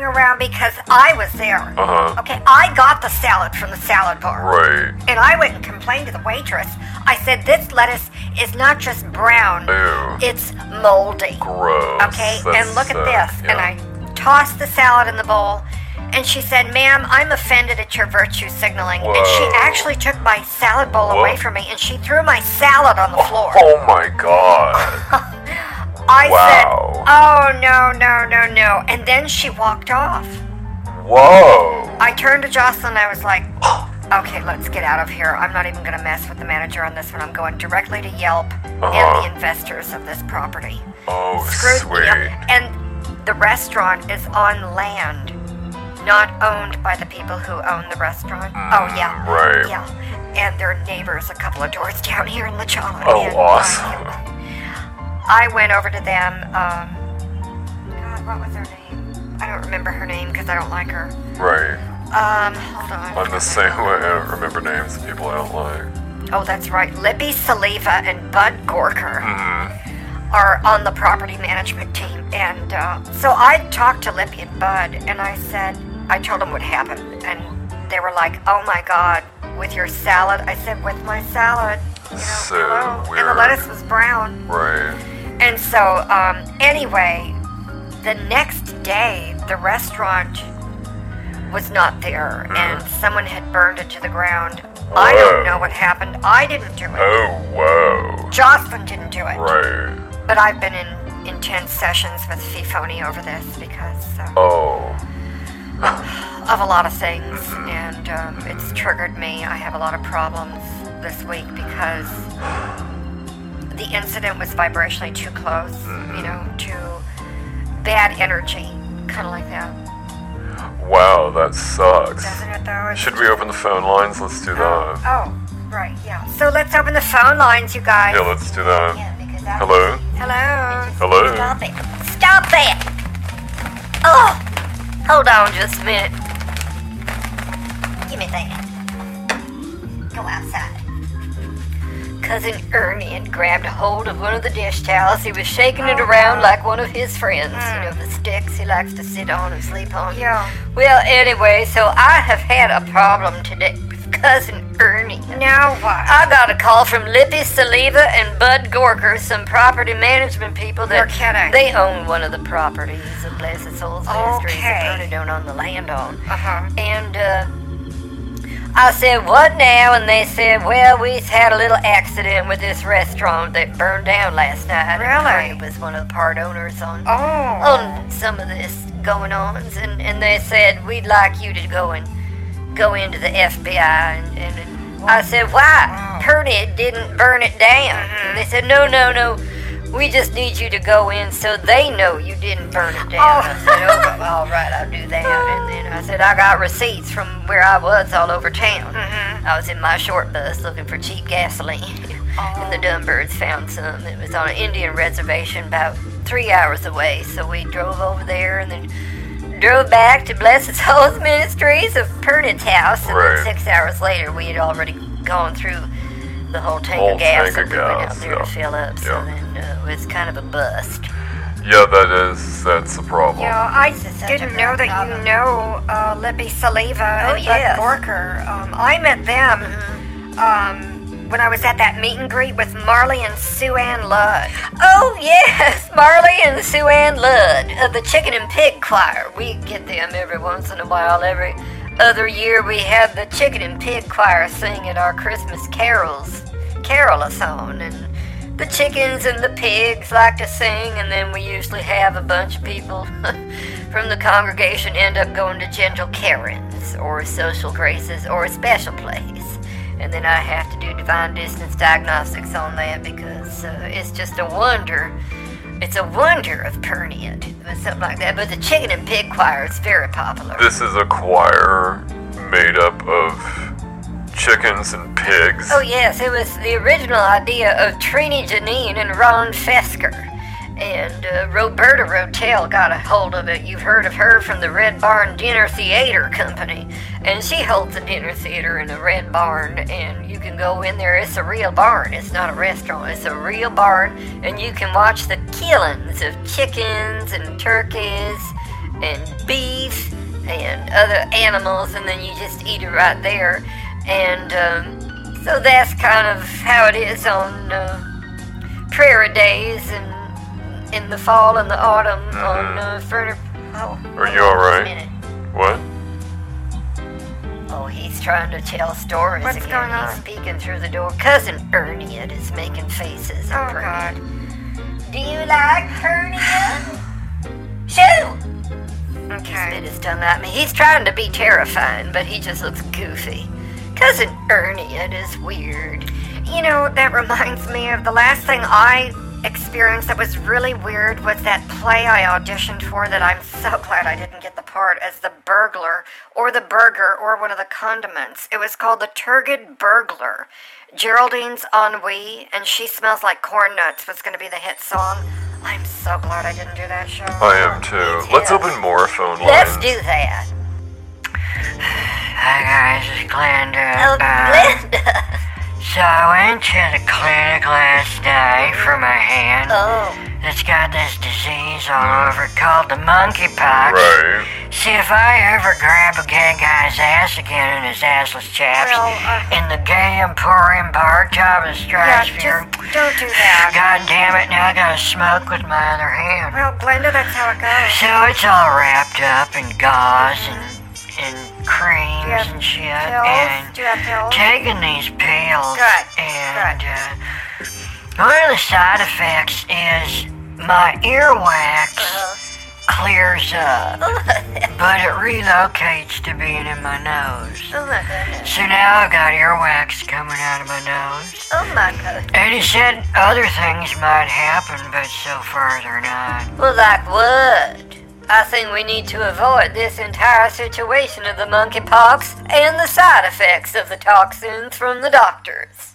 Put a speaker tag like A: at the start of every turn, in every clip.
A: around because I was there.
B: Uh-huh.
A: Okay, I got the salad from the salad bar.
B: Right.
A: And I went and complained to the waitress. I said, This lettuce is not just brown,
B: Ew.
A: it's moldy.
B: Gross.
A: Okay,
B: That's
A: and look
B: sick.
A: at this.
B: Yeah.
A: And I tossed the salad in the bowl, and she said, Ma'am, I'm offended at your virtue signaling. And she
B: Whoa.
A: actually took my salad bowl
B: Whoa.
A: away from me, and she threw my salad on the floor.
B: Oh my god.
A: I
B: wow.
A: said, Oh, no, no, no, no. And then she walked off.
B: Whoa.
A: I turned to Jocelyn and I was like, okay, let's get out of here. I'm not even going to mess with the manager on this one. I'm going directly to Yelp
B: Uh-huh.
A: and the investors of this property.
B: Oh,
A: Screw
B: sweet.
A: Yelp. And the restaurant is on land, not owned by the people who own the restaurant. oh, yeah.
B: Mm, right.
A: Yeah. And their neighbors a couple of doors down here in La Jolla.
B: Oh,
A: And, uh,
B: awesome.
A: I went over to them. Um, God, what was her name? I don't remember her name because I don't like her.
B: Right.
A: Um, hold on.
B: I'm the same way. I don't remember names of people I don't like.
A: Oh, that's right. Libby Saliva and Bud Gorker are on the property management team. And uh, so I talked to Libby and Bud, and I said, I told them what happened. And they were like, oh my God, with your salad? I said, with my salad. You know,
B: So
A: hello. And the
B: weird.
A: lettuce was brown.
B: Right.
A: And so, um, anyway, the next day, the restaurant was not there,
B: Mm.
A: and someone had burned it to the ground. I
B: Whoa.
A: don't know what happened. I didn't do it.
B: Oh, whoa.
A: Jocelyn didn't do it.
B: Right.
A: But I've been in intense sessions with Fifoni over this because uh,
B: Oh.
A: of a lot of things, and um, it's triggered me. I have a lot of problems this week because the incident was vibrationally too close, you know, to bad energy, kind of like that.
B: Wow, that sucks.
A: Doesn't it though? It's-
B: Should uh, we open the phone lines? Let's do
A: Oh,
B: that.
A: oh, right, yeah. So let's open the phone lines, you guys.
B: Yeah, let's do that.
A: Yeah, because I-
B: Hello?
A: Hello.
B: Hello?
A: Stop it. Stop it. Oh, hold on just a minute. Give me that. Go outside. Cousin Ernie had grabbed hold of one of the dish towels. He was shaking
C: Oh,
A: it around like one of his friends. You know, the sticks he likes to sit on and sleep on.
C: Hmm. Yeah.
A: Well, anyway, so I have had a problem today with Cousin Ernie.
C: Now what?
A: I got a call from Lippy Saliva and Bud Gorker, some property management people that
C: You're kidding.
A: they own one of the properties of Blessed Souls Ministries that
C: Okay.
A: Tony don't own the land on.
C: Uh-huh.
A: And uh, I said, What now? And they said, Well, we had a little accident with this restaurant that burned down last night.
C: Really?
A: It was one of the part owners on
C: Oh.
A: on some of this going ons and, and they said we'd like you to go and go into the FBI and, and, and I said why Mm-hmm.
C: Wow.
A: Purdy didn't burn it down and they said no no no we just need you to go in so they know you didn't burn it down I
C: Oh.
A: said oh well, all right I'll do that and then I said I got receipts from where I was all over town I was in my short bus looking for cheap gasoline and the Dunbirds found some. It was on an Indian reservation about three hours away, so we drove over there and then drove back to Blessed Souls Ministries of Pernit's house. And
B: Right.
A: then six hours later, we had already gone through the whole tank
B: Whole
A: of gas
B: tank of
A: that we went
B: gas,
A: out there
B: yeah.
A: to fill up. So
B: Yeah.
A: then uh, it was kind of a bust.
B: Yeah, that is. That's a problem.
C: Yeah, Uh, I
A: such a
C: didn't know that
A: problem.
C: you know uh, Libby Saliva uh,
A: Oh,
C: and
A: yes.
C: Bud Gorker. Um, I met them um, when I was at that meet and greet with Marley and Sue Ann Ludd.
A: Oh yes, Marley and Sue Ann Ludd of the Chicken and Pig Choir. We get them every once in a while. Every other year, we have the Chicken and Pig Choir sing at our Christmas carols, carolathon, and the chickens and the pigs like to sing. And then we usually have a bunch of people from the congregation end up going to gentle Karens or social graces or a special place. And then I have to do divine distance diagnostics on that because uh, it's just a wonder. It's a wonder of Perniant, or something like that. But the chicken and pig choir is very popular.
B: This is a choir made up of chickens and pigs.
A: Oh yes, it was the original idea of Trini Janine and Ron Fesker. And uh, Roberta Rotel got a hold of it. You've heard of her from the Red Barn Dinner Theater Company. And she holds a dinner theater in the Red Barn, and you can go in there. It's a real barn, it's not a restaurant, it's a real barn. And you can watch the killings of chickens and turkeys and beef and other animals, and then you just eat it right there. And um, so that's kind of how it is on uh, prairie days and in the fall and the autumn on uh, Ferner. Oh,
B: Are
A: hold on
B: you
A: just
B: all
A: a
B: right?
A: minute.
B: What?
A: Oh, he's trying to tell stories
C: What's
A: again.
C: going
A: He's
C: on?
A: speaking through the door. Cousin Ernie it is making faces.
C: Oh,
A: at Ernie.
C: God.
A: Do you like hernia? Shoo! Bit
C: Okay.
A: his tongue at me. He's trying to be terrifying, but he just looks goofy. Cousin Ernie, it is weird.
C: You know, that reminds me of the last thing I experienced that was really weird was that play I auditioned for that I'm so glad I didn't get the part as the burglar or the burger or one of the condiments. It was called The Turgid Burglar. Geraldine's Ennui and She Smells Like Corn Nuts was going to be the hit song. I'm so glad I didn't do that show.
B: I am too. Let's open more phone lines.
A: Let's do that.
D: Hi guys, it's Glenda.
A: Oh,
D: Uh,
A: Glenda.
D: so I went to the clinic last night for my hand.
A: Oh,
D: It's got this disease all over called the monkeypox.
B: Right.
D: See, if I ever grab a gay guy's ass again in his assless chaps
C: Well, uh,
D: in the gay emporium bar top of the
C: Yeah,
D: stratosphere,
C: just don't do that.
D: god damn it, now I gotta smoke with my other hand.
C: Well, Glenda, that's how it goes.
D: So it's all wrapped up in gauze and, and creams
C: Yeah,
D: and shit.
C: Pills?
D: And
C: Do you have pills?
D: taking these pills.
C: Good,
D: And Uh, one of the side effects is my earwax
C: Oh,
D: clears up, but it relocates to being in my nose.
A: oh my goodness.
D: So now I've got earwax coming out of my nose.
A: Oh my goodness.
D: And he said other things might happen, but so far they're not.
A: Well, like what? I think we need to avoid this entire situation of the monkeypox and the side effects of the toxins from the doctors.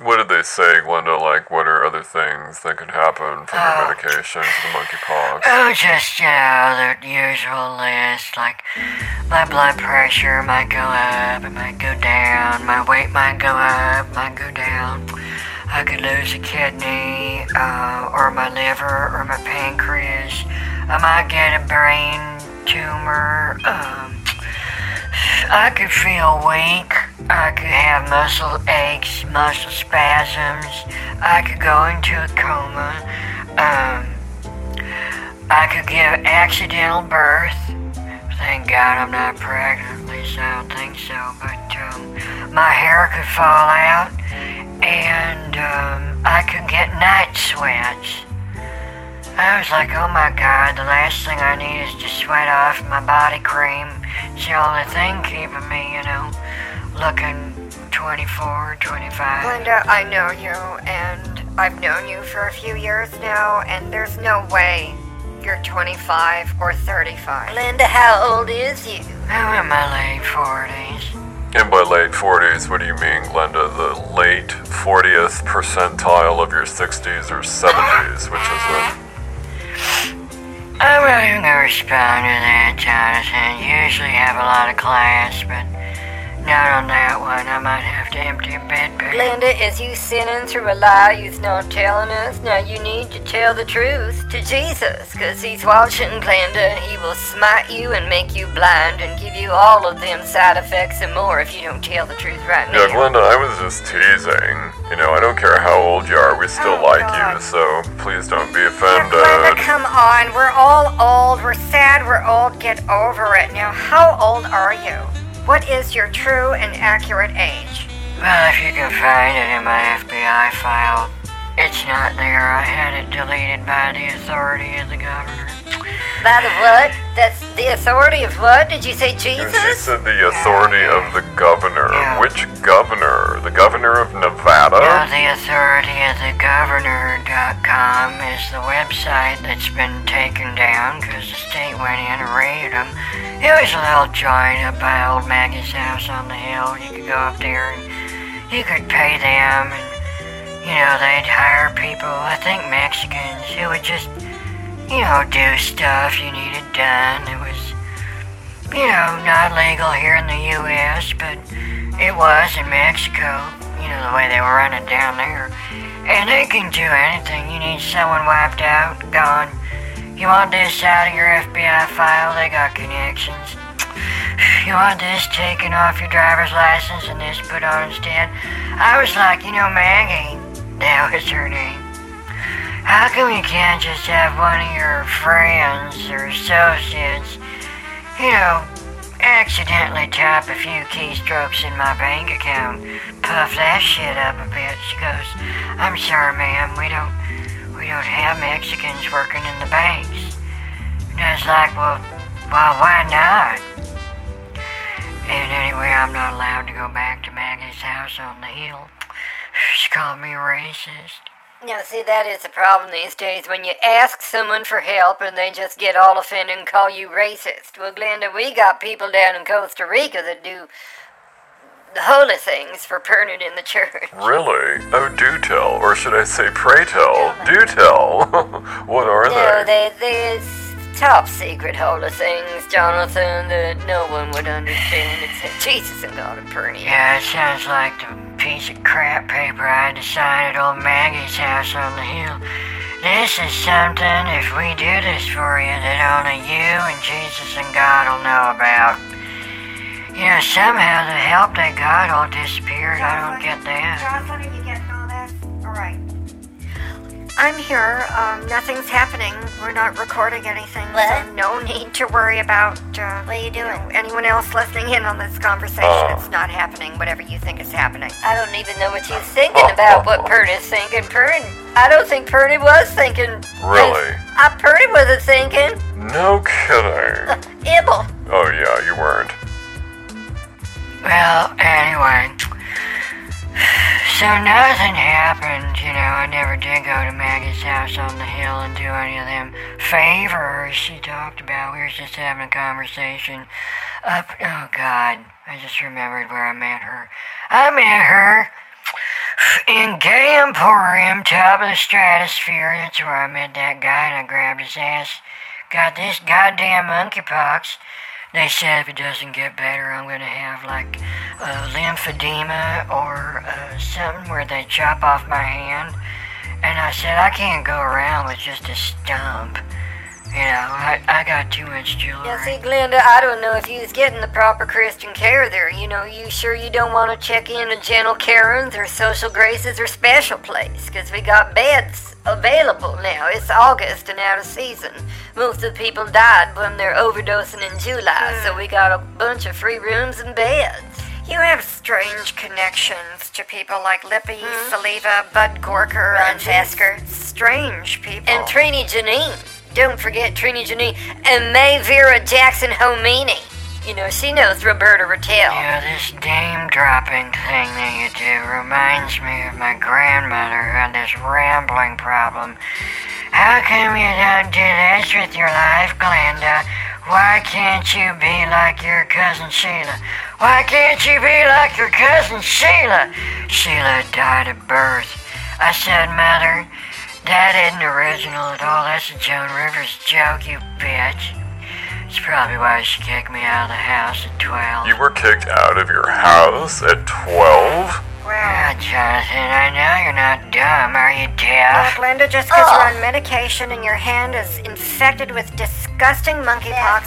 B: What did they say, Glenda? Like, what are other things that could happen from
A: Uh,
B: your medication to the monkeypox?
D: Oh, just, you know, the usual list. Like, my blood pressure might go up, it might go down, my weight might go up, might go down. I could lose a kidney, uh, or my liver, or my pancreas. I might get a brain tumor. Um, I could feel weak. I could have muscle aches, muscle spasms. I could go into a coma. Um, I could give accidental birth. Thank God I'm not pregnant, at least I don't think so. But um, my hair could fall out, and um, I could get night sweats. I was like, oh my god, the last thing I need is to sweat off my body cream. It's the only thing keeping me, you know, looking 24, 25.
C: Linda, I know you, and I've known you for a few years now, and there's no way you're 25 or 35.
A: Linda, how old is you?
D: I'm in my late 40s.
B: And by late 40s, what do you mean, Glenda? The late 40th percentile of your 60s or 70s, which is when.
D: I'm not even gonna respond to that, Jonathan. Usually have a lot of clients, but not on that one. I might have to empty a bed bag.
A: Linda, is you sinning through a lie you's not telling us? Now you need to tell the truth to Jesus, 'cause he's watching, Glenda, and he will smite you and make you blind and give you all of them side effects and more if you don't tell the truth right
B: Yeah,
A: now.
B: Glenda, I was just teasing. You know, I don't care how old you are, we still
C: Oh,
B: like you,
C: God.
B: so please don't be
C: Now, Glenda,
B: offended.
C: come on. We're all old. We're sad. We're old. Get over it. Now, how old are you? What is your true and accurate age?
D: Well, if you can find it in my FBI file, it's not there. I had it deleted by the authority of the governor.
A: By the what? That's the authority of what? Did you say
B: And she
A: Jesus?
B: said the authority of the governor.
D: Yeah.
B: Which governor? The governor of Nevada?
D: Well, the authority of the governor.com is the website that's been taken down because the state went in and raided them. It was a little joint up by old Maggie's house on the hill. You could go up there and you could pay them and, you know, they'd hire people, I think Mexicans, who would just, you know, do stuff you needed done. It was you know, not legal here in the U.S., but it was in Mexico, you know, the way they were running down there. And they can do anything. You need someone wiped out, gone, You want this out of your FBI file? They got connections. You want this taken off your driver's license and this put on instead? I was like, you know, Maggie. That was her name. How come you can't just have one of your friends or associates, you know, accidentally type a few keystrokes in my bank account, puff that shit up a bit? She goes, I'm sorry, ma'am, we don't, we don't have Mexicans working in the banks. And I was like, well, well, why not? And anyway, I'm not allowed to go back to Maggie's house on the hill. She called me racist.
A: Now, see, that is the problem these days when you ask someone for help and they just get all offended and call you racist. Well, Glenda, we got people down in Costa Rica that do holy things for burning in the church.
B: Really? Oh, do tell. Or should I say, pray tell? Do tell. what are
A: No,
B: they?
A: they, they, it's top secret holy things, Jonathan, that no one would understand except Jesus and God and Pernia.
D: Yeah, it sounds like the piece of crap paper I decided old Maggie's house on the hill. This is something, if we do this for you, that only you and Jesus and God will know about. You know, somehow the help they got all disappeared. I don't get that.
C: Jocelyn, are you getting all this? All right. I'm here. Um, nothing's happening. We're not recording anything, so
A: What?
C: no need to worry about. Uh, what are you doing? anyone else listening in on this conversation?
B: Oh.
C: It's not happening. Whatever you think is happening.
A: I don't even know what you're thinking about what Purdy's thinking. Purdy, I don't think Purdy was thinking.
B: Really?
A: I, I Purdy wasn't thinking.
B: No kidding.
A: Ibble.
B: oh, yeah, you weren't.
D: Well, anyway. So nothing happened, you know. I never did go to Maggie's house on the hill and do any of them favors she talked about. We were just having a conversation up. Oh, God. I just remembered where I met her. I met her in Gay Emporium, top of the stratosphere. That's where I met that guy and I grabbed his ass. Got this goddamn monkeypox. They said if it doesn't get better, I'm gonna have like uh, lymphedema or uh, something where they chop off my hand. And I said I can't go around with just a stump. You know, I, I got too much jewelry.
A: Now, see, Glenda, I don't know if you was getting the proper Christian care there. You know, you sure you don't want to check in at Gentle Karen's or Social Graces or Special Place, 'cause we got beds available now. It's August and out of season. Most of the people died when they're overdosing in July, so we got a bunch of free rooms and beds.
C: Hmm. You have strange connections to people like Lippy,
A: Hmm?
C: Saliva, Bud Gorker, and Fasker. Strange people.
A: And Trini Janine. Don't forget Trini Janine. And May Vera Jackson Homini. You know, she knows Roberta Rattel.
D: Yeah, this name dropping thing that you do reminds me of my grandmother who had this rambling problem. How come you don't do this with your life, Glenda? Why can't you be like your cousin Sheila? Why can't you be like your cousin Sheila? Sheila died at birth. I said, Mother, that isn't original at all. That's a Joan Rivers joke, you bitch. It's probably why she kicked me out of the house at 12.
B: You were kicked out of your house at 12?
C: wow.
D: Yeah, Jonathan, I know you're not dumb. Are you
C: Well,
D: deaf?
C: Glenda, just because you're on medication and your hand is infected with disgusting monkeypox,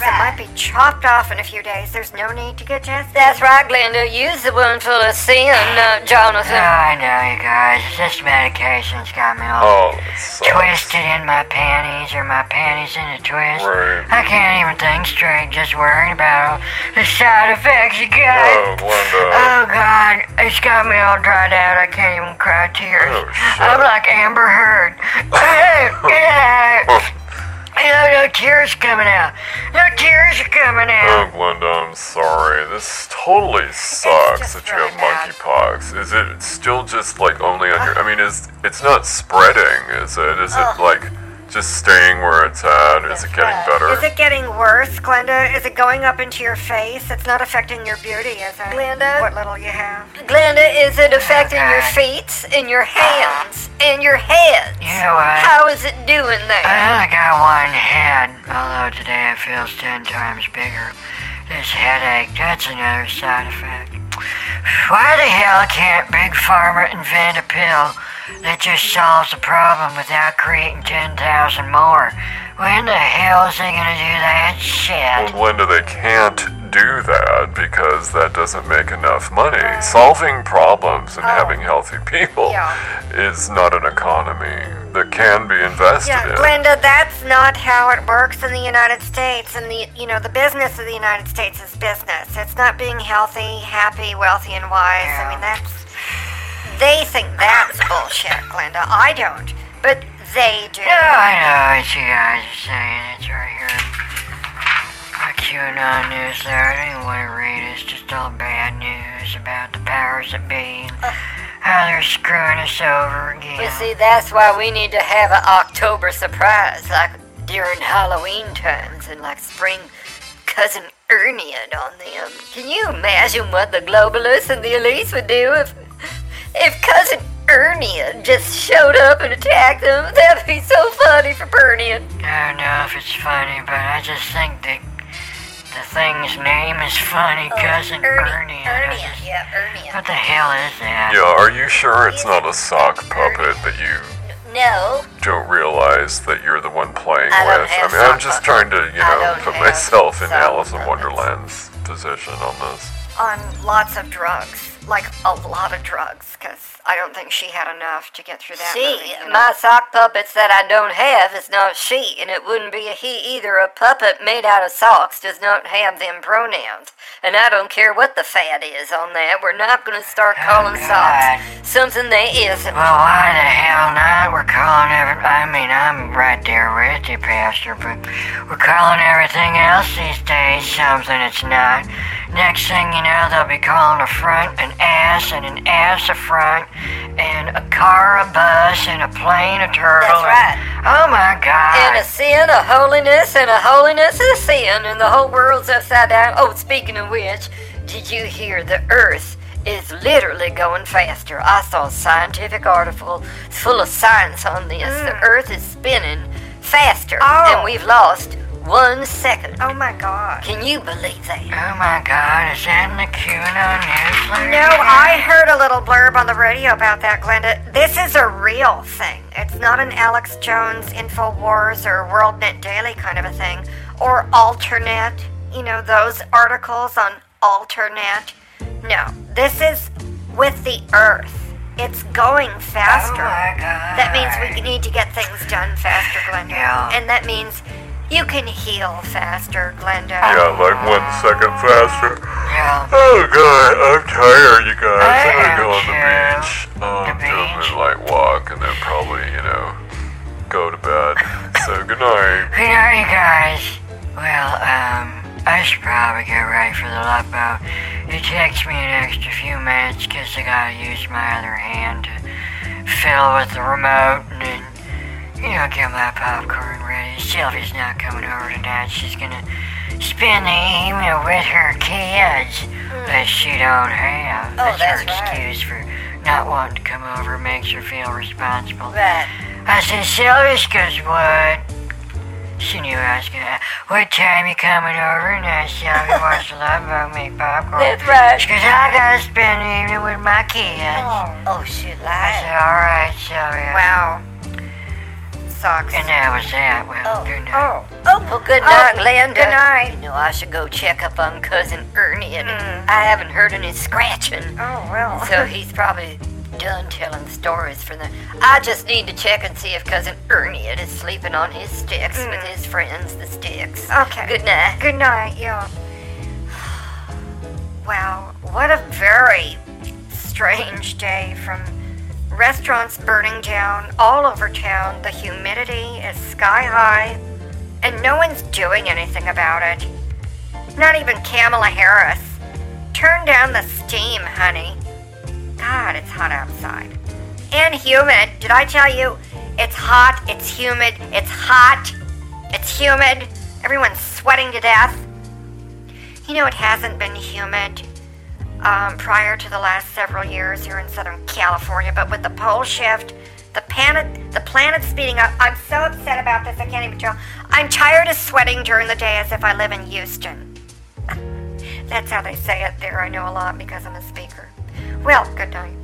A: That's right.
C: it might be chopped off in a few days. There's no need to get tested.
A: That's right, Glenda. You's the one full of sin, uh,
D: Oh,
A: Jonathan.
D: I know, you guys. This medication's got me all
B: Oh, that sucks.
D: twisted in my panties or my panties in a twist.
B: Right.
D: I can't even think straight, just worrying about all the side effects you
B: Oh,
D: got.
B: Glenda.
D: Oh, God. It's got me all dried out. I can't even cry tears.
B: Oh, shit.
D: I'm like Amber Heard. yeah.
B: Oh,
D: You know, no tears coming out. No tears are coming out.
B: Oh, Glenda, I'm sorry. This totally sucks
C: just
B: that you
C: really
B: have
C: bad.
B: monkeypox. Is it still just like only on your? I mean, is it's not spreading? Is it? Is it like just staying where it's at? Is it getting
C: Is
B: better?
C: it getting worse, Glenda? Is it going up into your face? It's not affecting your beauty, is it?
A: Glenda?
C: What little you have.
A: Glenda, is it affecting your
D: God.
A: feet and your hands and your head?
D: You know what?
A: How is it doing there?
D: I only got one head, although today it feels ten times bigger. This headache, that's another side effect. Why the hell can't Big Pharma invent a pill that just solves the problem without creating 10,000 more? When the hell is he gonna do that shit?
B: Well, Linda, they can't do that because that doesn't make enough money. Solving problems and having healthy people
A: Yeah.
B: is not an economy that can be invested
A: Yeah,
B: in.
A: Glenda, that's not how it works in the United States. And the you know the business of the United States is business. It's not being healthy, happy, wealthy, and wise. I mean that's they think that's bullshit, Glenda. I don't, but they do.
D: Oh, I know what you guys are saying. It's right here. A QAnon news there. I don't even want to read it. It's just all bad news about the powers that be. and How they're screwing us over again.
C: But see, that's why we need to have an October surprise, like during Halloween times and like spring cousin Ernie and on them. Can you imagine what the globalists and the elites would do if if cousin Ernie just showed up and attacked them? That'd be so funny for Bernie.
D: I don't know if it's funny, but I just think that the thing's name is funny. Cousin Ernie. I
A: Ernie,
D: just-
A: yeah, Ernie.
D: What the hell is that?
B: Yeah, are you sure it's not a sock puppet that you
C: No,
B: don't realize that you're the one playing
C: I don't
B: with?
C: have
B: I mean, I'm
C: sock
B: just trying to, you
C: I
B: know,
C: don't
B: put
C: have
B: myself in
C: sock
B: Alice in
C: puppets.
B: Wonderland's position on this.
A: On lots of drugs, like a lot of drugs, because I don't think she had enough to get through that. movie,
C: she.
A: you know.
C: My sock puppets that I don't have is not she, and it wouldn't be a he either. A puppet made out of socks does not have them pronouns. And I don't care what the fad is on that. We're not going to start
A: Oh,
C: calling socks something they isn't.
D: Well, why the hell not? We're calling every. I mean, I'm right there with you, Pastor, but we're calling everything else these days something it's not. Next thing you know, they'll be calling a front an ass, and an ass a front, and a car a bus, and a plane a turtle.
C: That's right.
D: and- oh my God.
C: And a sin, a holiness, and a holiness is a sin, and the whole world's upside down. Oh, speaking of which, did you hear the earth is literally going faster? I saw a scientific article full of science on this. The earth is spinning faster,
A: Mm. Oh.
C: and we've lost one second.
A: Oh my God.
C: Can you believe that?
D: oh my God, is that in the QAnon newsletter?
A: No, I heard a little blurb on the radio about that, Glenda. This is a real thing. It's not an Alex Jones InfoWars or WorldNet Daily kind of a thing, or Alternet. You know, those articles on Alternet. No, this is with the Earth. It's going
D: Oh
A: faster.
D: my God.
A: That means we need to get things done faster, Glenda.
D: Yeah.
A: And that means you can heal faster, Glenda.
B: Yeah, like one second faster.
D: Yeah.
B: Oh god, I'm tired, you guys.
D: I
B: I'm gonna
D: am
B: go on the
D: too.
B: beach. Um,
D: The
B: do a
D: beach.
B: moonlight walk and then probably, you know, go to bed. so good night.
D: Good night, guys. Well, um, I should probably get ready for the love boat. It takes me an extra few minutes 'cause I gotta use my other hand to fiddle with the remote and then, you know, get my popcorn ready. Sylvie's not coming over tonight. She's gonna spend the evening with her kids that she don't have.
C: Oh, that's
D: her
C: right.
D: excuse for not wanting to come over. Makes her feel responsible.
C: Right.
D: I said, Sylvia's goes, what? She knew I was gonna. What time you coming over? And I said, I'll be watching Love Boat make popcorn.
C: That's right.
D: She goes, I gotta spend the evening with my kids.
C: Oh, she
D: I
C: lied.
D: said, alright, Sylvia.
A: Wow. Sucks.
D: And that was that. Well,
C: Oh.
D: good night.
A: Oh.
C: Oh, well, good night,
A: Oh,
C: Linda.
A: good night.
C: You know, I should go check up on cousin Ernie, and I haven't heard any scratching.
A: Oh well.
C: So he's probably done telling stories for the. I just need to check and see if cousin Ernie is sleeping on his sticks with his friends, the sticks.
A: Okay.
C: Good night.
A: Good night, y'all. Wow, what a very strange day from restaurants burning down all over town. The humidity is sky high, and no one's doing anything about it. Not even Kamala Harris. Turn down the steam, honey. God, it's hot outside. And humid. Did I tell you? It's hot, it's humid, it's hot, it's humid. Everyone's sweating to death. You know, it hasn't been humid um, prior to the last several years here in Southern California, but with the pole shift, the planet, the planet's speeding up. I'm so upset about this, I can't even tell. I'm tired of sweating during the day as if I live in Houston. That's how they say it there. I know a lot because I'm a speaker. Well, good night.